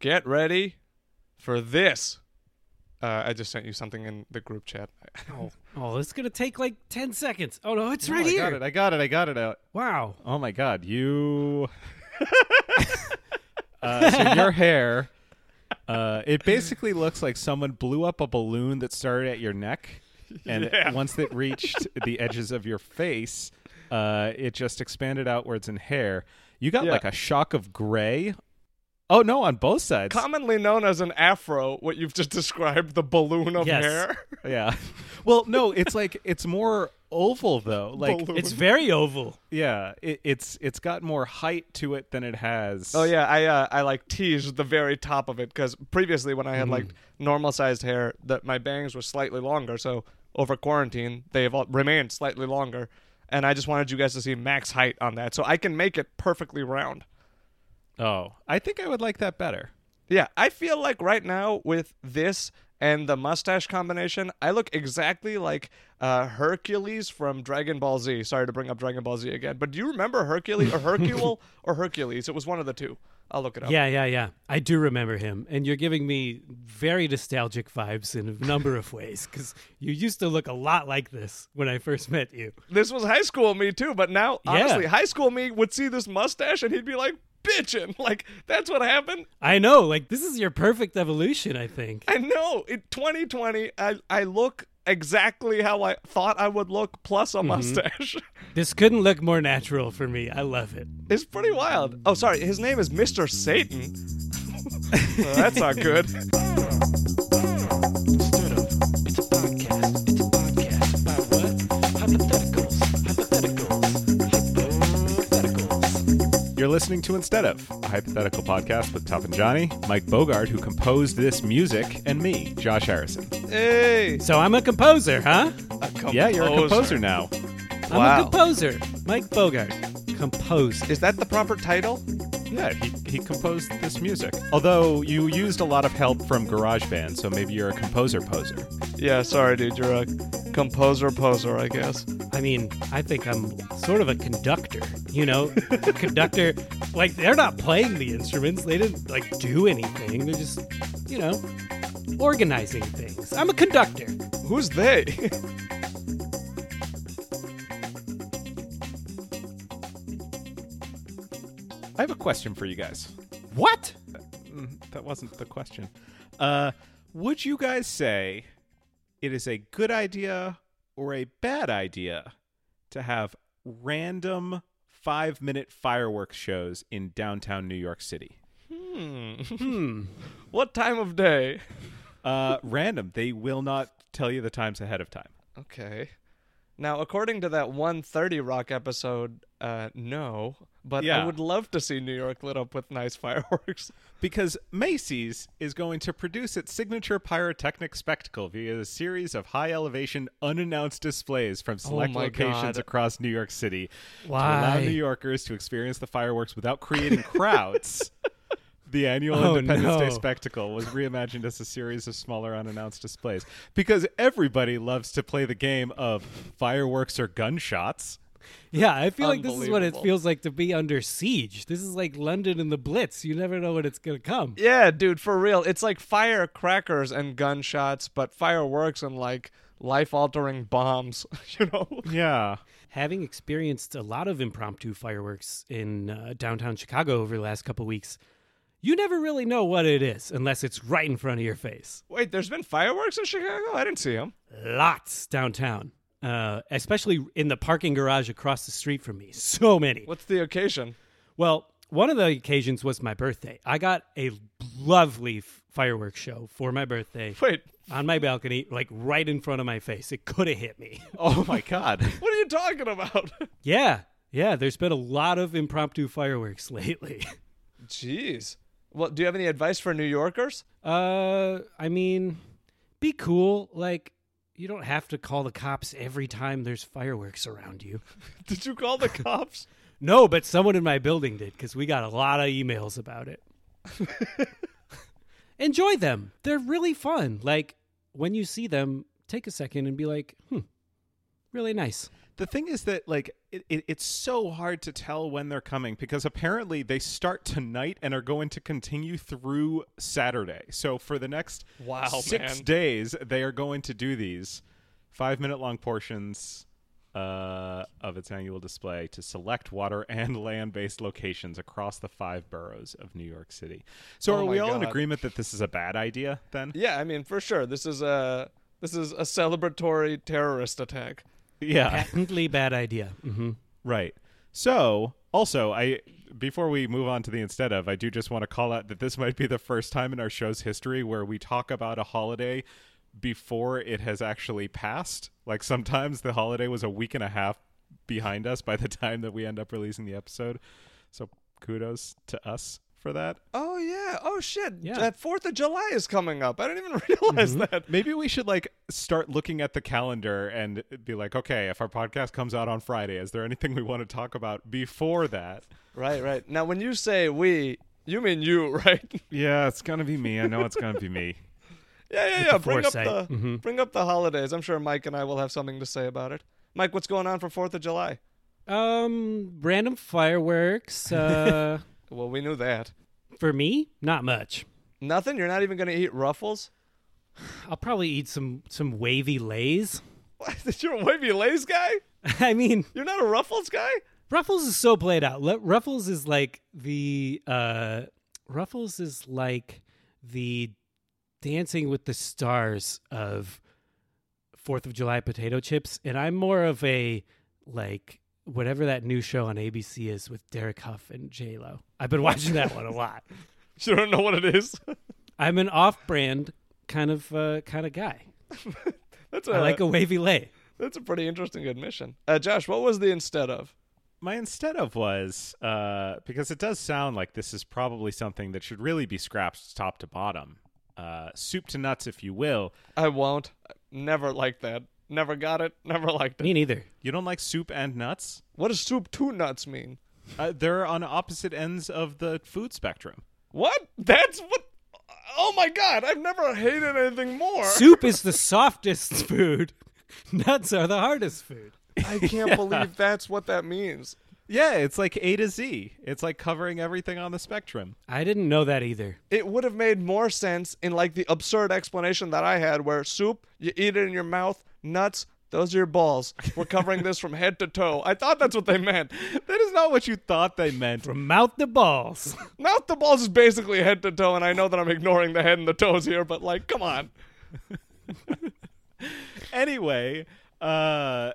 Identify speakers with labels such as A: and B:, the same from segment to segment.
A: get ready for this. Uh, I just sent you something in the group chat.
B: Oh, oh, this is gonna take like ten seconds. Oh no, it's right
C: I
B: here.
C: got it. I got it. I got it out.
B: Wow.
C: Oh my god, you. uh, so your hair, uh, it basically looks like someone blew up a balloon that started at your neck, and
A: Yeah.
C: once it reached the edges of your face, uh, it just expanded outwards in hair. You got
A: Yeah.
C: like a shock of gray. Oh no, on both sides.
A: Commonly known as an afro, what you've just described, the balloon of
B: Yes.
A: hair.
C: yeah. Well, no, it's like it's more oval though. Like
A: Balloon.
B: It's very oval.
C: yeah, it, it's it's got more height to it than it has.
A: Oh yeah, I uh, I like teased the very top of it because previously when I had like normal sized hair, that my bangs were slightly longer. So over quarantine, they have all remained slightly longer, and I just wanted you guys to see max height on that, so I can make it perfectly round.
C: Oh, I think I would like that better.
A: Yeah, I feel like right now with this and the mustache combination, I look exactly like uh, Hercules from Dragon Ball Z. Sorry to bring up Dragon Ball Z again, but do you remember Hercules or Hercule or Hercules? It was one of the two. I'll look it up.
B: Yeah, yeah, yeah. I do remember him, and you're giving me very nostalgic vibes in a number of ways because you used to look a lot like this when I first met you.
A: this was high school me too, but now
B: Yeah.
A: honestly, high school me would see this mustache and he'd be like, bitchin'. Like, that's what happened.
B: I know, like this is your perfect evolution. I think.
A: I know. In 2020, I, I look exactly how I thought I would look plus a
B: Mm-hmm.
A: mustache.
B: This couldn't look more natural for me. I love it.
A: it's pretty wild. Oh, sorry. His name is Mr. Satan. Well, that's not good.
D: It's a podcast. It's a podcast about what? Hypotheticals. Hypotheticals. Hypotheticals.
C: You're listening to Instead of, a hypothetical podcast with Tough and Johnny, Mike Bogart, who composed this music, and me, Josh Harrison.
A: Hey.
B: So I'm a composer, huh?
C: Yeah, you're a composer now.
B: I'm
A: Wow.
B: a composer, Mike Bogart. Composed.
A: Is that the proper title?
C: Yeah, he, he composed this music. Although you used a lot of help from GarageBand, so maybe you're a composer poser.
A: Yeah, sorry, dude. You're a composer poser, I guess.
B: I mean, I think I'm sort of a conductor. You know, conductor. Like they're not playing the instruments. They didn't like do anything. They're just, you know, organizing things. I'm a conductor.
A: Who's they?
C: I have a question for you guys.
B: What?
C: Mm, That wasn't the question. Uh, would you guys say it is a good idea or a bad idea to have random five minute fireworks shows in downtown New York City?
A: Hmm. what time of day?
C: Uh, random. They will not tell you the times ahead of time.
A: Okay. Now, according to that 130 Rock episode, uh, no. But I
C: Yeah.
A: would love to see New York lit up with nice fireworks.
C: Because Macy's is going to produce its signature pyrotechnic spectacle via a series of high elevation, unannounced displays from select
A: my
C: locations
A: God.
C: across New York City to allow
B: Why?
C: New Yorkers to experience the fireworks without creating crowds. The annual
B: Oh,
C: Independence Day
B: no.
C: spectacle was reimagined as a series of smaller unannounced displays because everybody loves to play the game of fireworks or gunshots.
B: Yeah, I feel like this is what it
A: Unbelievable.
B: feels like to be under siege. This is like London and the Blitz. You never know when it's gonna come.
A: Yeah, dude, for real. It's like firecrackers and gunshots, but fireworks and like life altering bombs, you know?
C: Yeah.
B: Having experienced a lot of impromptu fireworks in uh, downtown Chicago over the last couple weeks, you never really know what it is unless it's right in front of your face.
A: Wait, there's been fireworks in Chicago? I didn't see them.
B: Lots downtown, uh, especially in the parking garage across the street from me. So many.
A: What's the occasion?
B: Well, one of the occasions was my birthday. I got a lovely f- fireworks show for my birthday
A: Wait,
B: on my balcony, like right in front of my face. It could have hit me.
C: Oh my God.
A: what are you talking about?
B: yeah, yeah, there's been a lot of impromptu fireworks lately.
A: Jeez. Well, do you have any advice for New Yorkers?
B: Uh, I mean, be cool. Like, you don't have to call the cops every time there's fireworks around you.
A: Did you call the cops?
B: No, but someone in my building did because we got a lot of emails about it. Enjoy them. They're really fun. Like, when you see them, take a second and be like, hmm, really nice.
C: the thing is that like it, it, it's so hard to tell when they're coming because apparently they start tonight and are going to continue through Saturday. So for the next
A: Wow,
C: six
A: man.
C: days, they are going to do these five minute long portions uh, of its annual display to select water and land based locations across the five boroughs of New York City. So
A: Oh
C: are
A: my
C: we all in
A: God.
C: agreement that this is a bad idea then?
A: Yeah, I mean, for sure, this is a this is a celebratory terrorist attack.
C: Yeah.
B: Patently bad idea. Mm-hmm.
C: Right. So, also, I before we move on to the instead of, I do just want to call out that this might be the first time in our show's history where we talk about a holiday before it has actually passed. Like sometimes the holiday was a week and a half behind us by the time that we end up releasing the episode. So, kudos to us for that.
A: Oh yeah. Mm-hmm. Oh shit.
B: Yeah.
A: That Fourth of July is coming up. I didn't even realize that.
C: Maybe we should like start looking at the calendar and be like, okay, if our podcast comes out on Friday, is there anything we want to talk about before that?
A: Right, right. Now, when you say we, you mean you, right?
C: Yeah, it's gonna be me. I know it's gonna be me.
A: yeah, yeah, yeah. Bring
B: foresight. Mm-hmm.
A: up the bring up the holidays. I'm sure Mike and I will have something to say about it. Mike, what's going on for Fourth of July?
B: Um, random fireworks. Uh,
A: Well, we knew that.
B: for me, not much.
A: Nothing. You're not even going to eat Ruffles.
B: I'll probably eat some some wavy lays.
A: What? You're a wavy lays guy.
B: I mean,
A: You're not a Ruffles guy.
B: Ruffles is so played out. Le- Ruffles is like the uh Ruffles is like the dancing with the stars of 4th of July potato chips and I'm more of a like whatever that new show on ABC is with Derek Huff and J-Lo. I've been watching that one a lot.
A: You don't know what it is.
B: I'm an off-brand kind of uh, kind of guy.
A: that's
B: I
A: a,
B: like a wavy lay.
A: that's a pretty interesting admission. Uh, Josh, what was the instead of?
C: My instead of was uh, because it does sound like this is probably something that should really be scrapped top to bottom, uh, soup to nuts, if you will.
A: I won't. Never liked that. Never got it. Never liked it.
B: Me neither.
C: You don't like soup and nuts?
A: What does soup two nuts mean?
C: Uh, they're on opposite ends of the food spectrum.
A: What? That's what. Oh my god! I've never hated anything more.
B: Soup is the softest food. Nuts are the hardest food.
A: I can't believe that's what that means.
C: Yeah, it's like A to Z. It's like covering everything on the spectrum.
B: I didn't know that either.
A: It would have made more sense in like the absurd explanation that I had, where soup you eat it in your mouth, nuts those are your balls. We're covering this from head to toe. I thought that's what they meant.
C: That is not what you thought they meant.
B: From mouth to balls.
A: Mouth to balls is basically head to toe, and I know that I'm ignoring the head and the toes here, but like, come on.
C: anyway, uh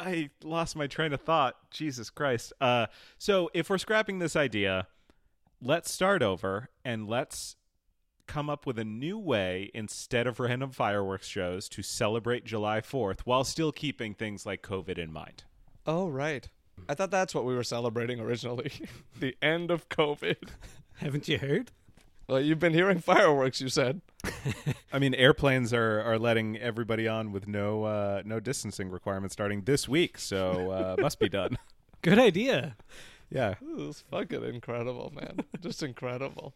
C: I lost my train of thought. Jesus Christ. Uh so if we're scrapping this idea, let's start over and let's come up with a new way instead of random fireworks shows to celebrate July 4th while still keeping things like COVID in mind.
A: Oh right. I thought that's what we were celebrating originally. the end of COVID.
B: Haven't you heard?
A: Well, you've been hearing fireworks, you said.
C: I mean, airplanes are are letting everybody on with no uh no distancing requirements starting this week, so uh must be done.
B: Good idea.
C: Yeah.
A: This is fucking incredible, man. Just incredible.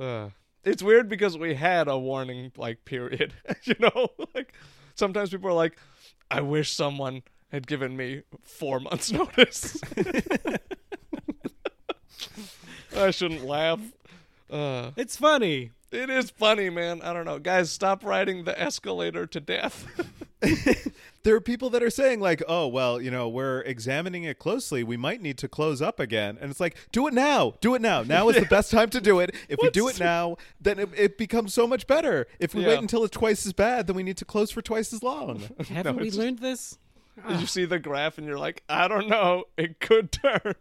A: Uh, it's weird because we had a warning like period. you know, like sometimes people are like, "I wish someone had given me four months' notice." I shouldn't laugh. Uh,
B: It's funny.
A: it is funny, man. I don't know, guys. Stop riding the escalator to death.
C: there are people that are saying like oh well you know we're examining it closely we might need to close up again and it's like do it now do it now now is the best time to do it if we do it now then it, it becomes so much better if we
A: Yeah.
C: wait until it's twice as bad then we need to close for twice as long
B: Haven't we learned this?
A: you see the graph and you're like, I don't know, it could turn.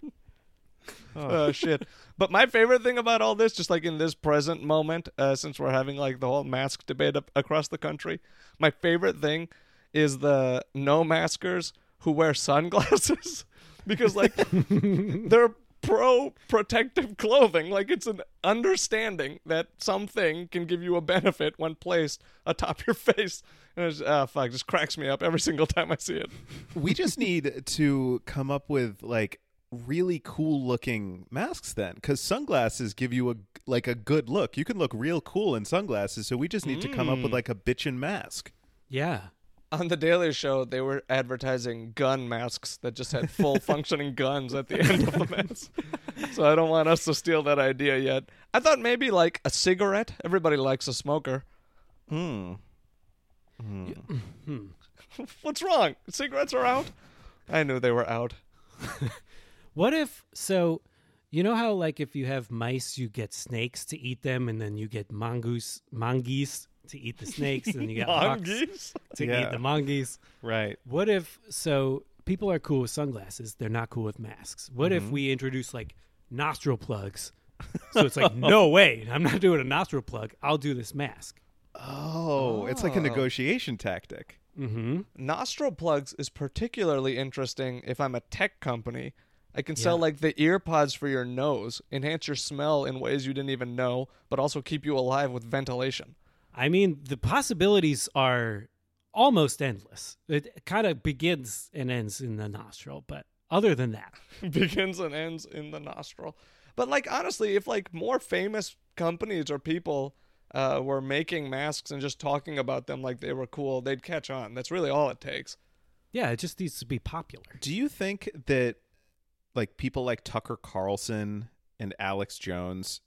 A: Oh. shit! But my favorite thing about all this, just like in this present moment, uh, since we're having like the whole mask debate up across the country, my favorite thing is the no maskers who wear sunglasses because like they're pro protective clothing. Like it's an understanding that something can give you a benefit when placed atop your face. And it's, ah, fuck, just cracks me up every single time I see it.
E: we just need to come up with like really cool looking masks then because sunglasses give you a like a good look
C: Hmm.
E: you can look real cool in sunglasses so we just need to come up with like a bitchin mask
B: Yeah.
A: on the Daily Show, they were advertising gun masks that just had full functioning guns at the end of the mask. So I don't want us to steal that idea yet. I thought maybe like a cigarette. Everybody likes a smoker.
C: Hmm.
A: What's wrong? Cigarettes are out. I knew they were out.
B: What if so you know how like if you have mice you get snakes to eat them and then you get mongoose mongoose to eat the snakes and you get hawks
A: Mongoose?
B: to
C: Yeah.
B: eat the mongoose.
C: Right.
B: What if so people are cool with sunglasses, they're not cool with masks. What if we introduce like nostril plugs? So it's like no way, I'm not doing a nostril plug. I'll do this mask.
C: Oh, it's like a negotiation tactic.
B: Mhm.
A: Nostril plugs is particularly interesting if I'm a tech company. I can sell
B: Yeah.
A: like the ear pods for your nose, enhance your smell in ways you didn't even know, but also keep you alive with ventilation.
B: I mean, the possibilities are almost endless. It kind of begins and ends in the nostril, but other than that,
A: begins and ends in the nostril. But like honestly, if like more famous companies or people uh, were making masks and just talking about them like they were cool, they'd catch on. That's really all it takes.
B: yeah, it just needs to be popular.
C: Do you think that like people like Tucker Carlson and Alex Jones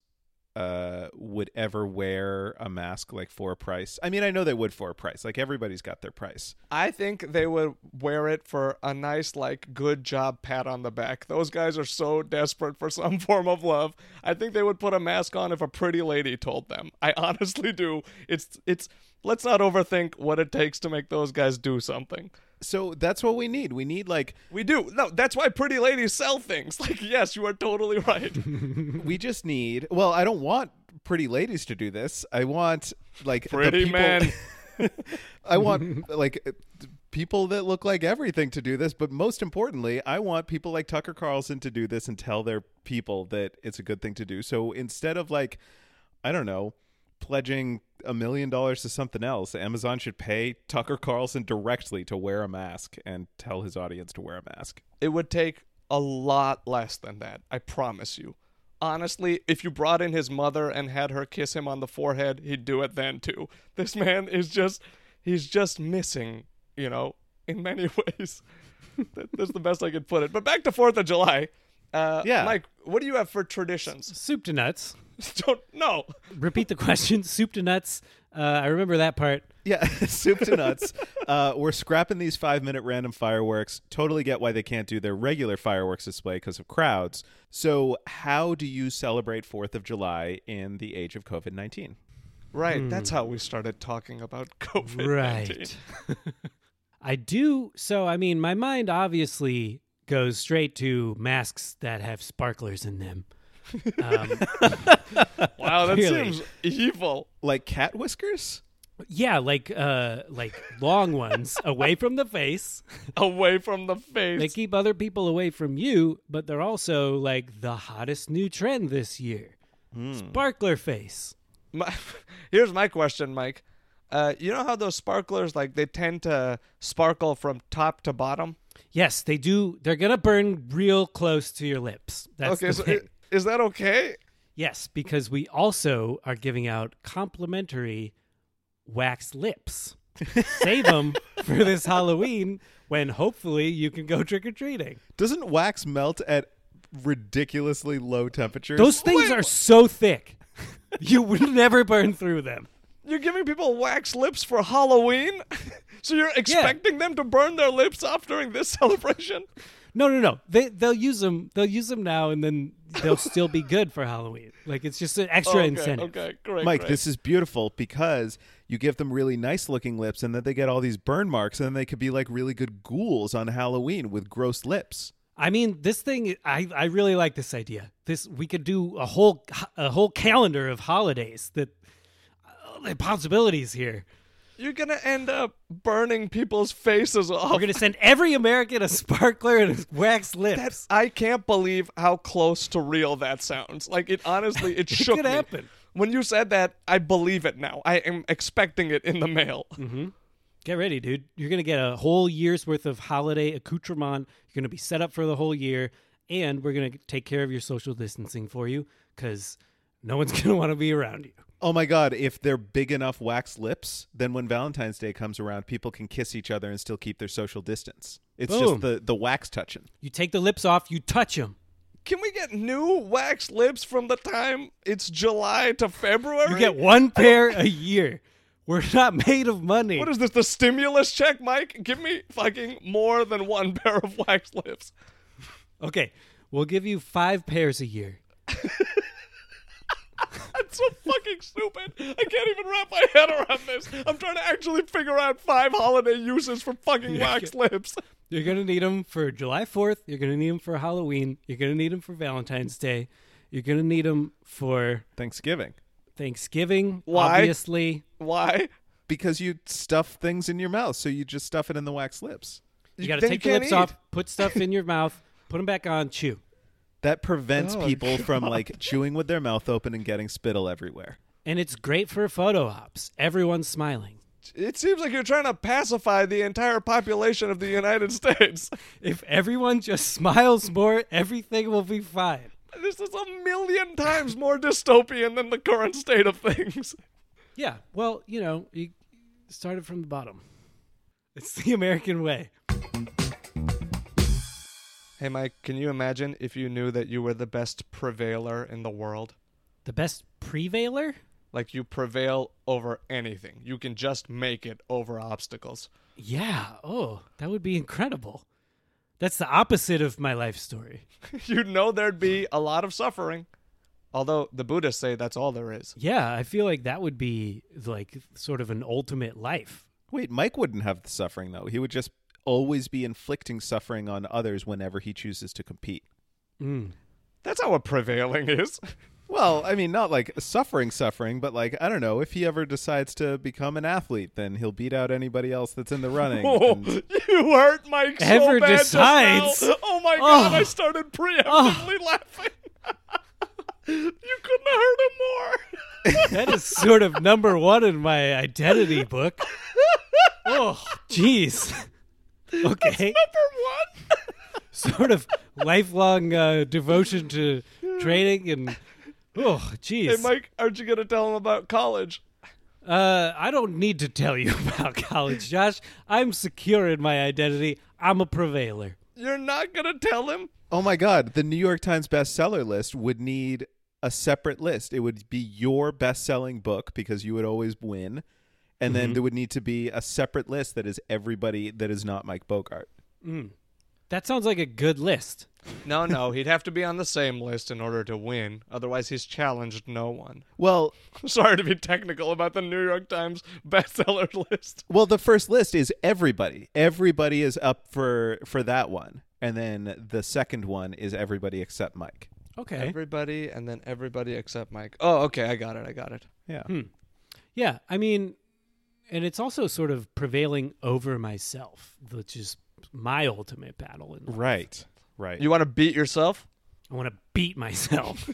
C: uh would ever wear a mask like for a price? I mean, I know they would for a price. Like everybody's got their price.
A: I think they would wear it for a nice like good job pat on the back. Those guys are so desperate for some form of love. I think they would put a mask on if a pretty lady told them. I honestly do. It's it's let's not overthink what it takes to make those guys do something.
C: So that's what we need. We need like
A: We do. No, that's why pretty ladies sell things. Like, yes, you are totally right.
C: we just need well, I don't want pretty ladies to do this. I want like the
A: Pretty
C: people-
A: men.
C: I want like uh, people that look like everything to do this, but most importantly, I want people like Tucker Carlson to do this and tell their people that it's a good thing to do. So instead of like, I don't know, pledging a million dollars to something else, Amazon should pay Tucker Carlson directly to wear a mask and tell his audience to wear a mask.
A: It would take a lot less than that. I promise you. Honestly, if you brought in his mother and had her kiss him on the forehead, he'd do it then too. This man is just, he's just missing, you know, in many ways. That- That's the best I could put it. But back to 4th of July. Uh,
C: Yeah.
A: Mike, what do you have for traditions?
B: Soup to nuts.
A: Don't, no.
B: Repeat the question. Soup to nuts. Uh, I remember that part.
C: Yeah, soup to nuts. uh, we're scrapping these five minute random fireworks. Totally get why they can't do their regular fireworks display because of crowds. So, how do you celebrate 4th of July in the age of COVID 19?
A: Right, that's how we started talking about COVID.
B: Hmm. Right. I do. So, I mean, my mind obviously goes straight to masks that have sparklers in them. Um,
A: Wow, that
B: Really?
A: seems evil.
C: Like cat whiskers?
B: yeah, like uh, like long ones away from the face.
A: Away from the face.
B: They keep other people away from you, but they're also like the hottest new trend this year.
A: Hmm.
B: Sparkler face.
A: My, here's my question, Mike. Uh, you know how those sparklers like they tend to sparkle from top to bottom?
B: Yes, they do. They're gonna burn real close to your lips. That's
A: okay,
B: the
A: so i-
B: thing.
A: is that okay?
B: yes, because we also are giving out complimentary wax lips. Save them for this Halloween when hopefully you can go trick or treating.
C: Doesn't wax melt at ridiculously low temperatures?
B: Those things are so thick, you would never burn through them.
A: You're giving people wax lips for Halloween? so you're expecting them to burn their lips off during this celebration?
B: No, no, no. They they'll use them. They'll use them now, and then they'll still be good for Halloween. Like it's just an extra
A: okay,
B: incentive.
A: okay, great.
C: Mike,
A: great.
C: this is beautiful because you give them really nice looking lips and then they get all these burn marks and then they could be like really good ghouls on Halloween with gross lips.
B: I mean, this thing. I I really like this idea. This we could do a whole a whole calendar of holidays that uh, the possibilities here.
A: you're gonna end up burning people's faces off.
B: We're gonna send every American a sparkler and a wax lips.
A: That's I can't believe how close to real that sounds. Like it honestly, it, shook
B: could
A: me.
B: happen.
A: When you said that, I believe it now. I am expecting it in the mail.
B: Get ready, dude. You're going to get a whole year's worth of holiday accoutrement. You're going to be set up for the whole year, and we're going to take care of your social distancing for you because no one's going to want to be around you.
C: Oh my God, if they're big enough wax lips, then when Valentine's Day comes around, people can kiss each other and still keep their social distance. It's
B: Boom.
C: just the, the wax touching.
B: You take the lips off, you touch them.
A: Can we get new wax lips from the time it's July to February?
B: You get one pair a year. We're not made of money.
A: What is this? The stimulus check, Mike? Give me fucking more than one pair of wax lips.
B: okay, we'll give you five pairs a year.
A: That's so fucking stupid. I can't even wrap my head around this. I'm trying to actually figure out five holiday uses for fucking wax lips.
B: You're going to need them for July 4th. You're going to need them for Halloween. You're going to need them for Valentine's Day. You're going to need them for
C: Thanksgiving.
B: Thanksgiving,
A: Why?
B: obviously.
A: Why?
C: Because you stuff things in your mouth, so you just stuff it in the wax lips.
B: You got to
A: then
B: take your
A: can't
B: lips
A: eat.
B: off, put stuff in your mouth, put them back on, chew.
C: That prevents people from like chewing with their mouth open and getting spittle everywhere.
B: And it's great for photo ops. Everyone's smiling.
A: It seems like you're trying to pacify the entire population of the United States.
B: If everyone just smiles more, everything will be fine.
A: This is a million times more dystopian than the current state of things.
B: Yeah. Well, you know, you started from the bottom. It's the American way.
A: Hey, Mike, can you imagine if you knew that you were the best prevailer in the world?
B: The best prevailer?
A: Like, you prevail over anything, you can just make it over obstacles.
B: Yeah. Oh, that would be incredible. That's the opposite of my life story.
A: You'd know there'd be a lot of suffering. Although the Buddhists say that's all there is.
B: Yeah, I feel like that would be like sort of an ultimate life.
C: Wait, Mike wouldn't have the suffering though. He would just always be inflicting suffering on others whenever he chooses to compete.
B: Mm.
A: That's how what prevailing is.
C: Well, I mean, not like suffering, suffering, but like I don't know. If he ever decides to become an athlete, then he'll beat out anybody else that's in the running.
A: Oh,
C: and-
A: you hurt Mike so
B: Ever
A: bad just now.
B: decides.
A: Oh my god,
B: Oh.
A: I started preemptively laughing. you couldn't have hurt him more.
B: That is sort of number one in my identity book. Oh, jeez. Okay.
A: Number one.
B: Sort of lifelong uh, devotion to training and oh,
A: Hey
B: jeez.
A: Mike, aren't you gonna tell him about college?
B: Uh, I don't need to tell you about college, Josh. I'm secure in my identity. I'm a prevailer.
A: You're not gonna tell him?
C: oh my God, the New York Times bestseller list would need a separate list. It would be your best-selling book because you would always win, and then there would need to be a separate list that is everybody that is not Mike Bogart.
B: That sounds like a good list.
A: No, no, he'd have to be on the same list in order to win. Otherwise he's challenged no one.
C: Well,
A: Sorry to be technical about the New York Times bestseller list.
C: Well, the first list is everybody. Everybody is up for for that one, and then the second one is everybody except Mike.
A: Eh?
B: Okay.
A: Everybody and then everybody except Mike. Oh, okay, I got it. I got it.
C: Yeah.
B: Yeah, I mean, and it's also sort of prevailing over myself, which is my ultimate battle. And
C: Right. Right.
A: You want to beat yourself?
B: I want to beat myself.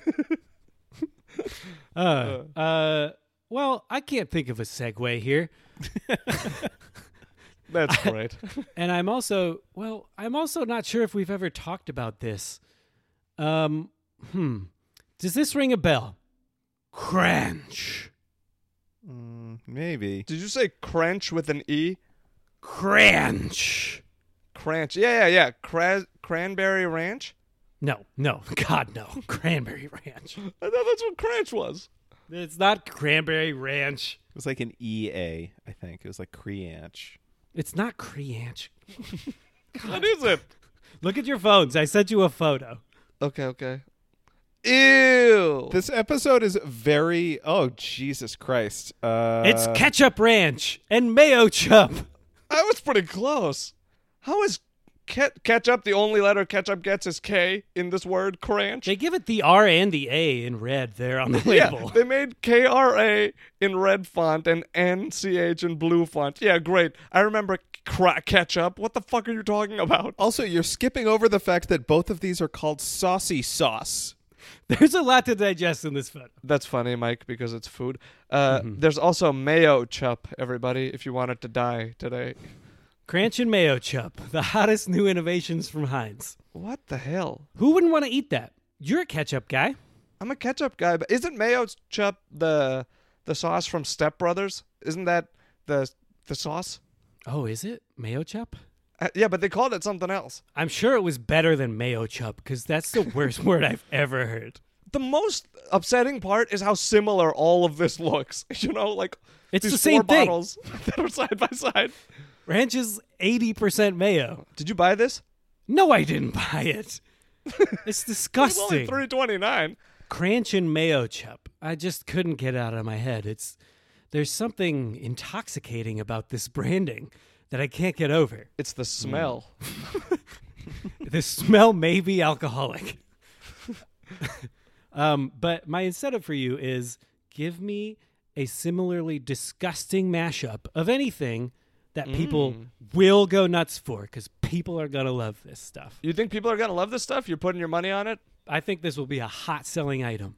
B: uh, uh, well, I can't think of a segue here,
A: That's great.
B: and I'm also well, I'm also not sure if we've ever talked about this. Um, hmm, does this ring a bell? Cranch,
C: Mm, maybe.
A: Did you say cranch with an e?
B: cranch.
A: Cranch. Yeah, yeah, yeah. Cra- cranberry ranch.
B: No, no, God, no, Cranberry Ranch.
A: I thought that's what cranch was.
B: It's not cranberry ranch.
C: It was like an EA, I think. It was like Creanch.
B: It's not Creanch.
A: What is it?
B: Look at your phones. I sent you a photo.
A: Okay, okay. Ew.
C: This episode is very oh Jesus Christ. Uh
B: It's ketchup ranch and mayo chup.
A: I was pretty close. How is ke- ketchup the only letter ketchup gets is K in this word cranch?
B: They give it the R and the A in red there on the
A: yeah,
B: label.
A: they made K R A in red font and N C H in blue font. Yeah, great. I remember cra- ketchup. What the fuck are you talking about? Oh,
C: also you're skipping over the fact that both of these are called saucy sauce.
B: There's a lot to digest in this photo.
A: That's funny, Mike, because it's food. Uh, There's also mayo chup, everybody, if you wanted to die today.
B: Cranch and mayo chup, the hottest new innovations from Heinz.
A: What the hell?
B: Who wouldn't want to eat that? You're a ketchup guy.
A: I'm a ketchup guy, but isn't mayo chup the the sauce from Step Brothers? Isn't that the the sauce?
B: Oh, is it mayo chup?
A: Uh, yeah, but they called it something else.
B: I'm sure it was better than mayo chup because that's the worst word I've ever heard.
A: The most upsetting part is how similar all of this looks. You know, like
B: It's
A: these
B: the same
A: four
B: thing.
A: bottles that are side by side.
B: Ranch is 80% mayo.
A: Did you buy this?
B: No, I didn't buy it. It's
A: It's only
B: disgusting.
A: three twenty nine.
B: Cranch and mayo chup. I just couldn't get out of my head. It's there's something intoxicating about this branding that I can't get over.
A: It's the smell.
B: the smell may be alcoholic. um, but my incentive for you is give me a similarly disgusting mashup of anything that people will go nuts for because people are going to love this stuff.
A: You think people are gonna love this stuff? You're putting your money on it?
B: I think this will be a hot selling item.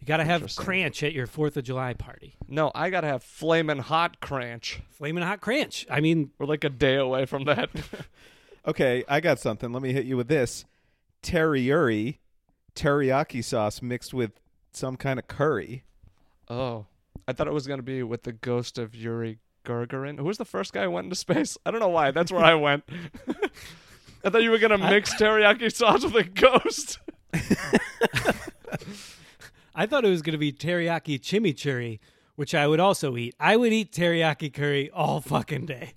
B: You got to have
A: Interesting.
B: cranch at your 4th of July party.
A: No, I gotta have flamin' hot cranch.
B: Flamin' hot cranch. I mean,
A: We're like a day away from that.
C: Okay, I got something. Let me hit you with this. Teriyaki, teriyaki sauce mixed with some kind of curry.
A: oh, I thought it was gonna be with the ghost of Yuri Gagarin. Who was the first guy who went into space? I don't know why. That's where I went. I thought you were gonna mix teriyaki sauce with a ghost.
B: I thought it was going to be teriyaki chimichurri, which I would also eat. I would eat teriyaki curry all fucking day.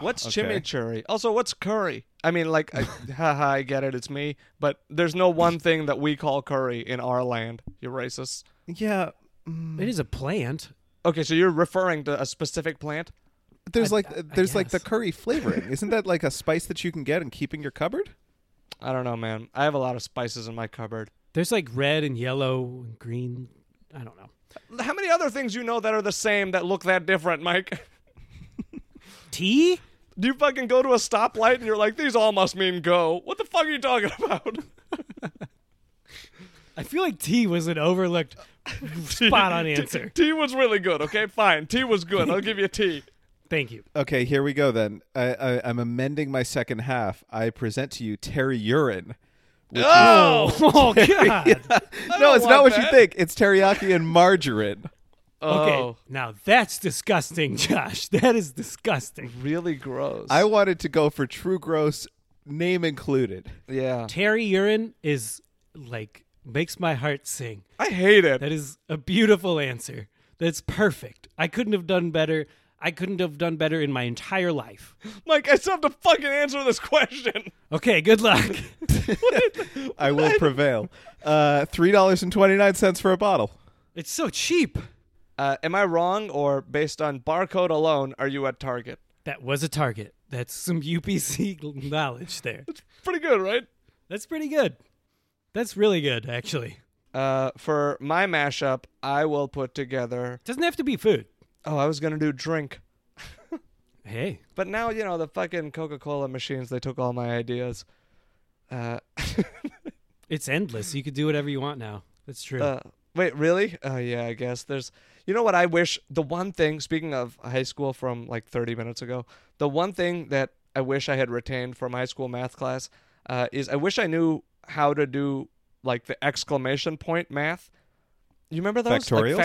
A: what's
C: okay.
A: chimichurri? Also, what's curry? I mean, like, I, haha, I get it. It's me. But there's no one thing that we call curry in our land. You racist.
C: Yeah, mm,
B: It is a plant.
A: Okay, so you're referring to a specific plant?
C: there's like
B: I
C: there's like the
B: guess.
C: curry flavoring. Isn't that like a spice that you can get and keep in your cupboard?
A: I don't know, man. I have a lot of spices in my cupboard.
B: There's like red and yellow and green. I don't know.
A: How many other things you know that are the same that look that different, Mike?
B: Tea?
A: Do you fucking go to a stoplight and you're like, these all must mean go? What the fuck are you talking about?
B: I feel like tea was an overlooked spot on answer.
A: T was really good, okay? Fine. T was good. I'll give you T.
B: Thank you.
C: Okay, here we go then. I, I I'm amending my second half. I present to you terry urine.
A: Oh!
B: Oh god.
C: No, it's
A: want
C: not what you
A: that.
C: think. It's teriyaki and margarine.
A: Oh.
B: Okay. Now that's disgusting, Josh. That is disgusting.
A: Really gross.
C: I wanted to go for true gross, name included.
A: yeah.
B: Terry urine is like makes my heart sing.
A: I hate it.
B: That is a beautiful answer. That's perfect. I couldn't have done better. I couldn't have done better in my entire life.
A: Mike, I still have to fucking answer this question.
B: Okay, good luck.
C: I will prevail. Uh, Three dollars and twenty nine cents for a bottle.
B: it's so cheap.
A: Uh, am I wrong, or based on barcode alone, are you at Target?
B: That was a target. That's some UPC knowledge there.
A: Pretty good, right?
B: That's pretty good. That's really good, actually.
A: Uh, for my mashup, I will put together.
B: Doesn't have to be food.
A: Oh, I was gonna do drink,
B: Hey,
A: but now you know the fucking Coca Cola machines—they took all my ideas. Uh,
B: it's endless. You could do whatever you want now. That's true.
A: uh, wait, really? Oh yeah, I guess there's. You know what? I wish the one thing. Speaking of high school, from like 30 minutes ago, the one thing that I wish I had retained from high school math class uh, is I wish I knew how to do like the exclamation point math. You remember those Like,
C: Factorials?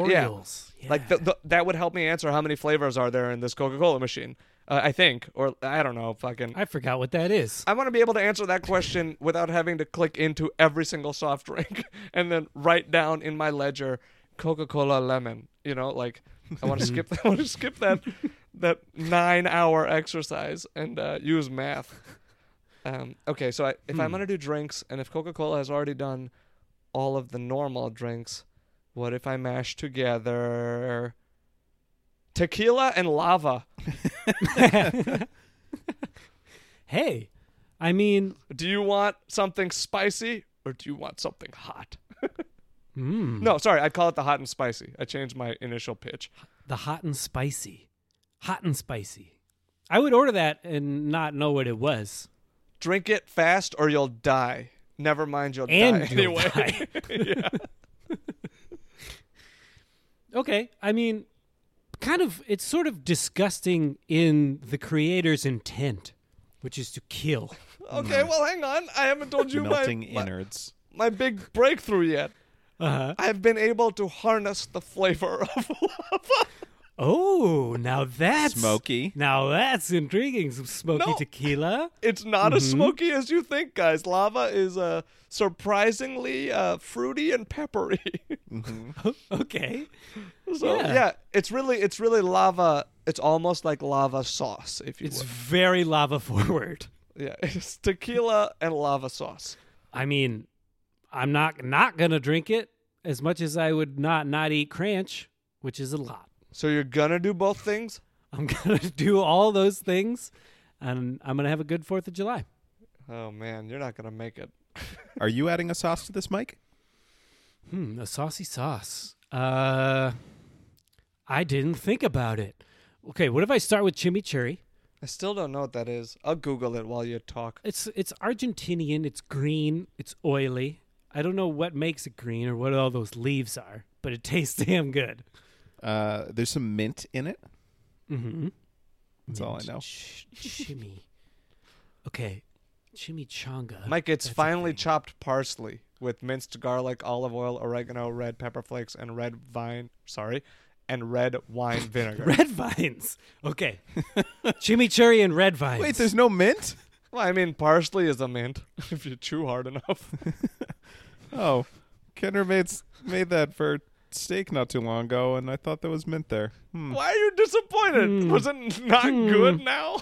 A: factorials? Yeah.
B: Factorials. Yeah.
A: Like th th that would help me answer how many flavors are there in this Coca-Cola machine. Uh, I think, or I don't know. Fucking, I,
B: I forgot what that is.
A: want to be able to answer that question without having to click into every single soft drink and then write down in my ledger Coca-Cola lemon. You know, like I want to skip. I want to skip that that nine-hour exercise and uh, use math. Um, okay, so I, if I'm gonna do drinks, and if Coca-Cola has already done all of the normal drinks, what if I mash together tequila and lava?
B: hey, I mean,
A: Do you want something spicy or do you want something hot?
B: mm,
A: No, sorry, I call it the hot and spicy. I changed my initial pitch.
B: the hot and spicy. Hot and spicy. I would order that and not know what it was.
A: Drink it fast or you'll die. Never mind, you'll
B: And
A: die
B: you'll
A: anyway.
B: die.
A: yeah.
B: Okay, I mean, kind of. It's sort of disgusting in the creator's intent, which is to kill.
A: Okay, well, hang on. I haven't told you my,
C: Melting
A: my
C: innards.
A: my big breakthrough yet.
B: Uh-huh.
A: I've been able to harness the flavor of lava.
B: Oh, now that's
C: Smoky.
B: Now that's intriguing. Some smoky
A: No.
B: tequila.
A: It's not
B: Mm-hmm.
A: as smoky as you think, guys. Lava is uh, surprisingly uh, fruity and peppery.
B: Okay.
A: so
B: Yeah.
A: yeah. it's really it's really lava. It's almost like lava sauce, if you
B: It's
A: will.
B: very lava forward.
A: Yeah, it's tequila and lava sauce.
B: I mean, I'm not not gonna drink it as much as I would not not eat cranch, which is a lot.
A: So you're gonna do both things?
B: I'm gonna do all those things, and I'm gonna have a good Fourth of July.
A: Oh man, you're not gonna make it.
C: Are you adding a sauce to this, Mike?
B: Hmm, a saucy sauce. Uh, I didn't think about it. Okay, what if I start with chimichurri?
A: I still don't know what that is. I'll Google it while you talk.
B: It's it's Argentinian. It's green. It's oily. I don't know what makes it green or what all those leaves are, but it tastes damn good.
C: Uh, there's some mint in it.
B: Mm-hmm.
C: That's all I know.
B: Ch- chimmy. Okay, chimichanga.
A: Mike, it's
B: That's a
A: finely
B: thing.
A: chopped parsley with minced garlic, olive oil, oregano, red pepper flakes, and red vine. Sorry, and red wine vinegar.
B: Red vines. Okay, chimichurri and red vines.
C: Wait, there's no mint?
A: Well, I mean, parsley is a mint if you chew hard enough.
C: Oh, Kendra made made that for steak not too long ago, and I thought there was mint there. Hmm.
A: Why are you disappointed?
B: Hmm.
A: Was it not good now?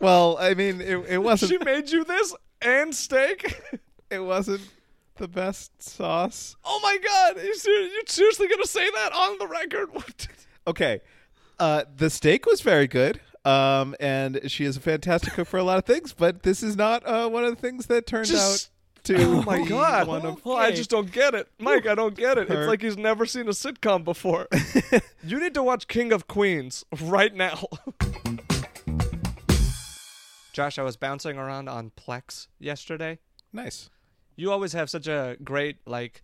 C: Well, I mean, it, it wasn't
A: she made you this and steak?
C: it wasn't the best sauce.
A: Oh my god, you ser- you're seriously gonna say that on the record? What?
C: Okay, uh, the steak was very good, um, and she is a fantastic cook for a lot of things. But this is not uh, one of the things that turned
A: Just-
C: out to
A: Oh my
C: be
A: god.
C: one of
A: Well, I just don't get it. Mike, I don't get it.
C: Her-
A: It's like he's never seen a sitcom before. you need to watch King of Queens right now. Josh, I was bouncing around on Plex yesterday.
C: nice.
A: you always have such a great like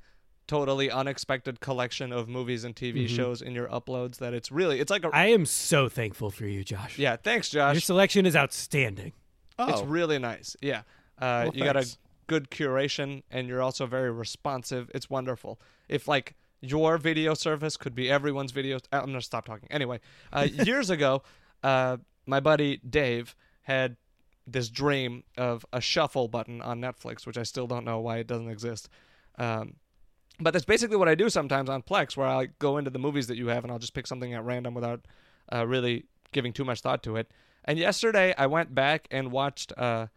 A: totally unexpected collection of movies and TV shows in your uploads that it's really it's like a
B: I am so thankful for you, Josh.
A: yeah thanks
B: Your
A: Josh
B: selection is outstanding.
C: Oh,
A: it's really nice yeah uh,
C: Well,
A: you got a
C: thanks.
A: good curation and you're also very responsive it's wonderful if like your video service could be everyone's video uh, I'm gonna stop talking anyway uh, years ago uh, my buddy Dave had this dream of a shuffle button on Netflix which I still don't know why it doesn't exist um, but that's basically what I do sometimes on Plex, where I go into the movies that you have and I'll just pick something at random without uh, really giving too much thought to it. And yesterday I went back and watched uh,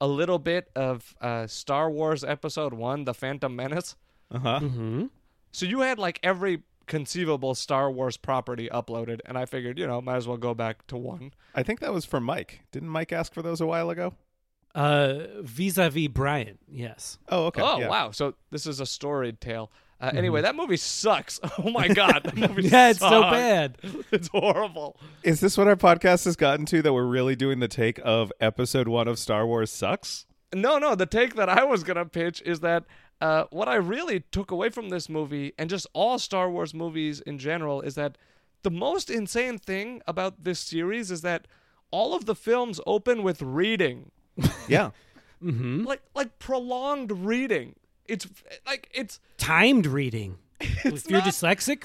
A: a little bit of uh, Star Wars Episode One: The Phantom Menace.
C: uh-huh.
A: So you had like every conceivable Star Wars property uploaded, and I figured, you know, might as well go back to one.
C: I think that was for Mike. Didn't Mike ask for those a while ago?
B: Uh, vis-a-vis Brian. Yes.
C: Oh, okay.
A: Oh
C: yeah.
A: wow! So this is a storied tale. Uh, Anyway, that movie sucks. Oh my god, that movie
B: Mm-hmm. Yeah, it's so
A: sucked.
B: bad.
A: It's horrible.
C: Is this what our podcast has gotten to that we're really doing the take of episode one of Star Wars sucks?
A: No, no. The take that I was gonna pitch is that uh, what I really took away from this movie and just all Star Wars movies in general is that the most insane thing about this series is that all of the films open with reading,
C: Yeah.
B: Mm-hmm.
A: like like prolonged reading. It's like it's
B: Timed reading. if you're
A: not-
B: dyslexic,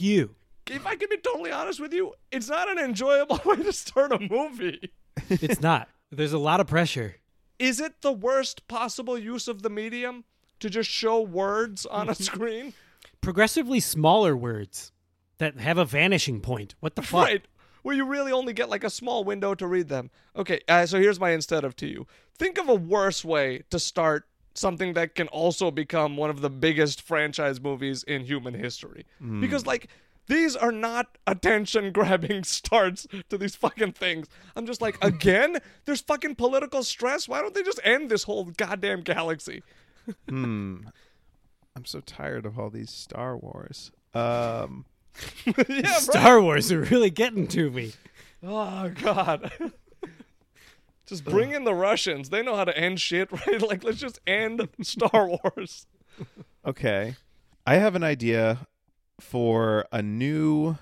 B: you.
A: if I can be totally honest with you, it's not an enjoyable way to start a movie.
B: It's not. There's a lot of pressure.
A: Is it the worst possible use of the medium to just show words on a screen?
B: Progressively smaller words that have a vanishing point. What the fuck?
A: Right. Where you really only get like a small window to read them. Okay, uh, so here's my instead of to you. Think of a worse way to start something that can also become one of the biggest franchise movies in human history.
B: Hmm.
A: Because, like, these are not attention grabbing starts to these fucking things. I'm just like, again? There's fucking political stress? Why don't they just end this whole goddamn galaxy?
C: I'm so tired of all these Star Wars. Um,
A: yeah, right.
B: Star Wars are really getting to me.
A: Oh God. just bring in the Russians. They know how to end shit, right? Like let's just end Star Wars.
C: okay. I have an idea for a new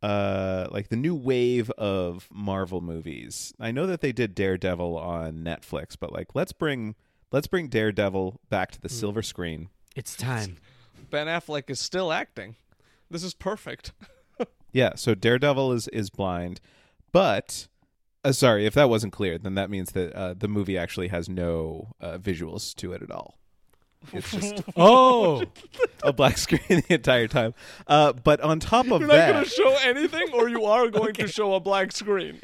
C: uh like the new wave of Marvel movies. I know that they did Daredevil on Netflix,
A: Hmm.
C: but like let's bring let's bring Daredevil back to the silver screen.
B: It's time.
A: Ben Affleck is still acting. This is perfect.
C: Yeah, so Daredevil is is blind, but uh, sorry if that wasn't clear. Then that means that uh, the movie actually has no uh, visuals to it at all. It's just
B: Oh,
C: a black screen the entire time. Uh, but on top of
A: You're not
C: that,
A: going to show anything, or you are going to show a black screen.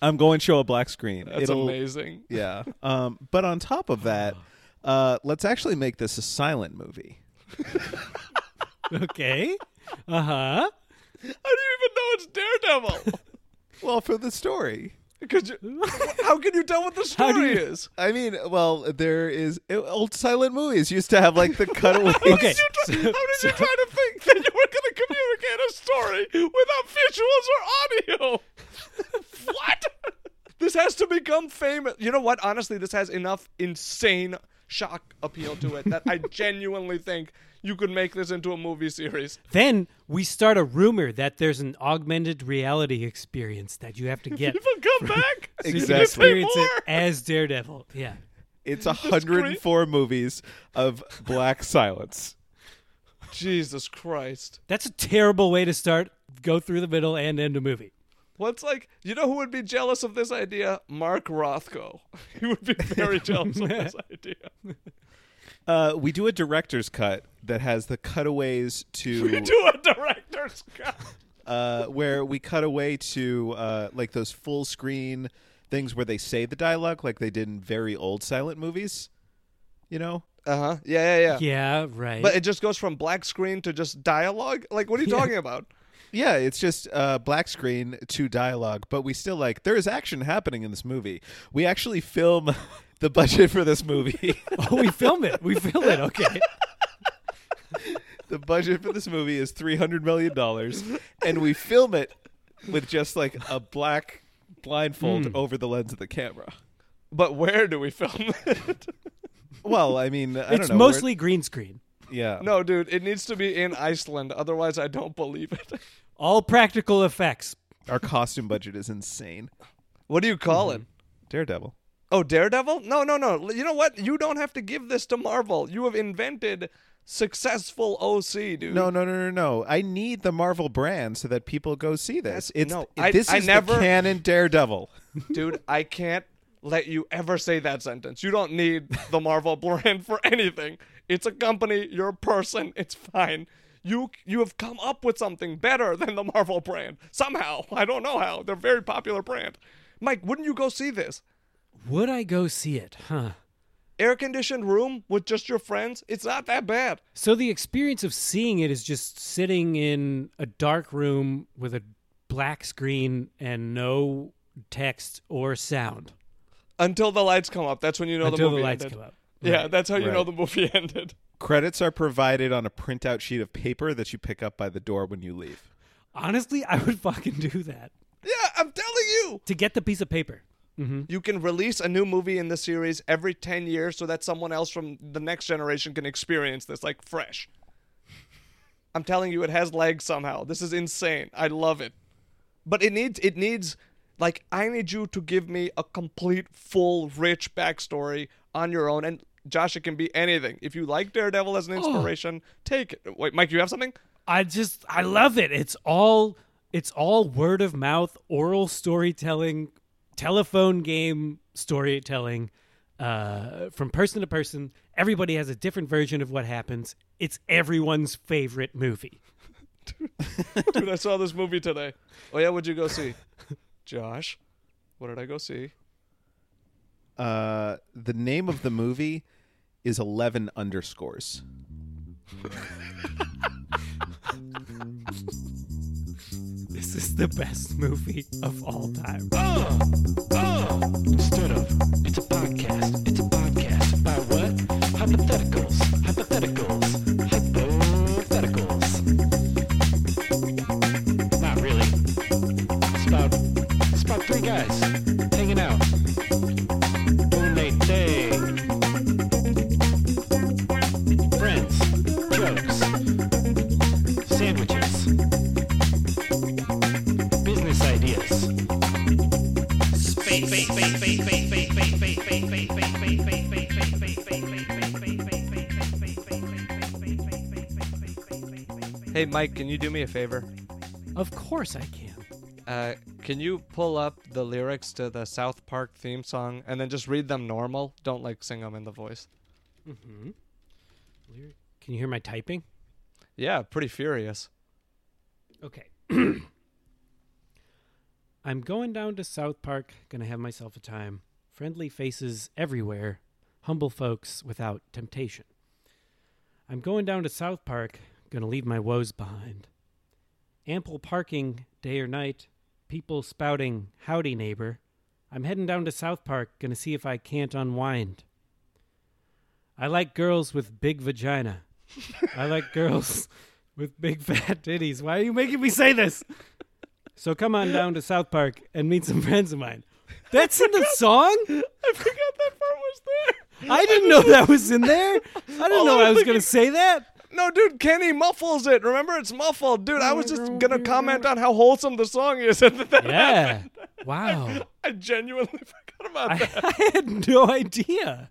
C: I'm going to show a black screen.
A: That's
C: It'll-
A: amazing.
C: Yeah. Um, but on top of that, uh, let's actually make this a silent movie.
B: Oh, okay. Uh huh.
A: How do you even know it's Daredevil?
C: Well, for the story.
A: Because how can you tell what the
B: How do
A: story
B: you-
A: is?
C: I mean, well, there is uh, old silent movies used to have like the cutaway.
B: Okay.
A: You try- how did you try to think that you were going to communicate a story without visuals or audio? what? This has to become famous. You know what? Honestly, this has enough insane shock appeal to it that I genuinely think you could make this into a movie series.
B: Then we start a rumor that there's an augmented reality experience that you have to get.
A: People come back.
B: so you can
C: Exactly.
B: experience
A: Pay more.
B: it as Daredevil. Yeah.
C: It's 104 movies of black silence.
A: Jesus Christ.
B: That's a terrible way to start, go through the middle, and end a movie.
A: What's like, you know who would be jealous of this idea? Mark Rothko. He would be very jealous of this idea.
C: Uh, we do a director's cut that has the cutaways to
A: Do a director's cut.
C: uh, where we cut away to uh, like those full screen things where they say the dialogue like they did in very old silent movies. You know,
A: Uh huh. Yeah, yeah, yeah.
B: Yeah, right.
A: But it just goes from black screen to just dialogue. Like, what are you talking about?
C: Yeah, it's just uh, black screen to dialogue, but we still like there is action happening in this movie. We actually film the budget for this movie.
B: oh, we film it. We film it. Okay.
C: the budget for this movie is three hundred million dollars, and we film it with just like a black blindfold
A: Hmm.
C: over the lens of the camera.
A: But where do we film it?
C: Well, I mean, I
B: It's
C: don't know,
B: mostly green screen.
C: we're- yeah,
A: no, dude, it needs to be in Iceland. Otherwise, I don't believe it.
B: All practical effects.
C: Our costume budget is insane.
A: What do you call it?
C: Daredevil.
A: Oh, Daredevil? No, no, no. You know what? You don't have to give this to Marvel. You have invented successful OC, dude.
C: No, no, no, no, no. I need the Marvel brand so that people go see this.
A: That's-
C: it's
A: no, I-
C: this
A: I
C: is
A: never-
C: the canon Daredevil.
A: dude, I can't let you ever say that sentence. You don't need the Marvel brand for anything. It's a company, you're a person, it's fine. You you have come up with something better than the Marvel brand. Somehow, I don't know how. They're a very popular brand. Mike, wouldn't you go see this?
B: Would I go see it? Huh.
A: Air conditioned room with just your friends? It's not that bad.
B: So the experience of seeing it is just sitting in a dark room with a black screen and no text or sound
A: Until the lights come up. That's when you know
B: until
A: the
B: the,
A: movie
B: lights
A: ended.
B: come up.
A: Yeah, that's how you know
C: Right.
A: the movie ended.
C: Credits are provided on a printout sheet of paper that you pick up by the door when you leave.
B: Honestly, I would fucking do that
A: Yeah, I'm telling you.
B: to get the piece of paper.
A: You can release a new movie in the series every 10 years so that someone else from the next generation can experience this, like fresh. I'm telling you, it has legs somehow. This is insane. I love it. But it needs, it needs, like, I need you to give me a complete, full, rich backstory on your own. And Josh, it can be anything. If you like Daredevil as an inspiration, take it. Wait, Mike, you have something?
B: I just I love it. It's all it's all word of mouth, oral storytelling, telephone game storytelling uh, from person to person. Everybody has a different version of what happens. It's everyone's favorite movie.
A: Dude, I saw this movie today. Oh, yeah, what'd you go see? Josh, what did I go see?
C: Uh, the name of the movie is 11 underscores.
B: This is the best movie of all time.
F: Uh, uh, stood up. It's a podcast. It's a podcast. By what? Hypotheticals. Hypotheticals. Hypotheticals. Not really. It's about, it's about three guys hanging out, doing their thing. Friends, jokes, sandwiches, business ideas.
G: Thank you.
A: Hey, Mike, can you do me a favor?
B: Of course I can.
A: Uh, can you pull up the lyrics to the South Park theme song and then just read them normal? Don't like sing them in the voice.
B: Lyric- Can you hear my typing?
A: Yeah, pretty furious.
B: Okay. I'm going down to South Park, gonna have myself a time. Friendly faces everywhere, humble folks without temptation. I'm going down to South Park, gonna leave my woes behind. Ample parking day or night, people spouting, howdy neighbor. I'm heading down to South Park, gonna see if I can't unwind. I like girls with big vagina. I like girls with big fat titties. Why are you making me say this? So come on down to South Park and meet some friends of mine. That's in the song?
A: I forgot that part was there.
B: I didn't know that was in there. I didn't know I was going to say that.
A: No, dude, Kenny muffles it. Remember, it's muffled, dude. I was just gonna comment on how wholesome the song is, and then that
B: Yeah. Wow.
A: I genuinely forgot about
B: I,
A: that.
B: I had no idea.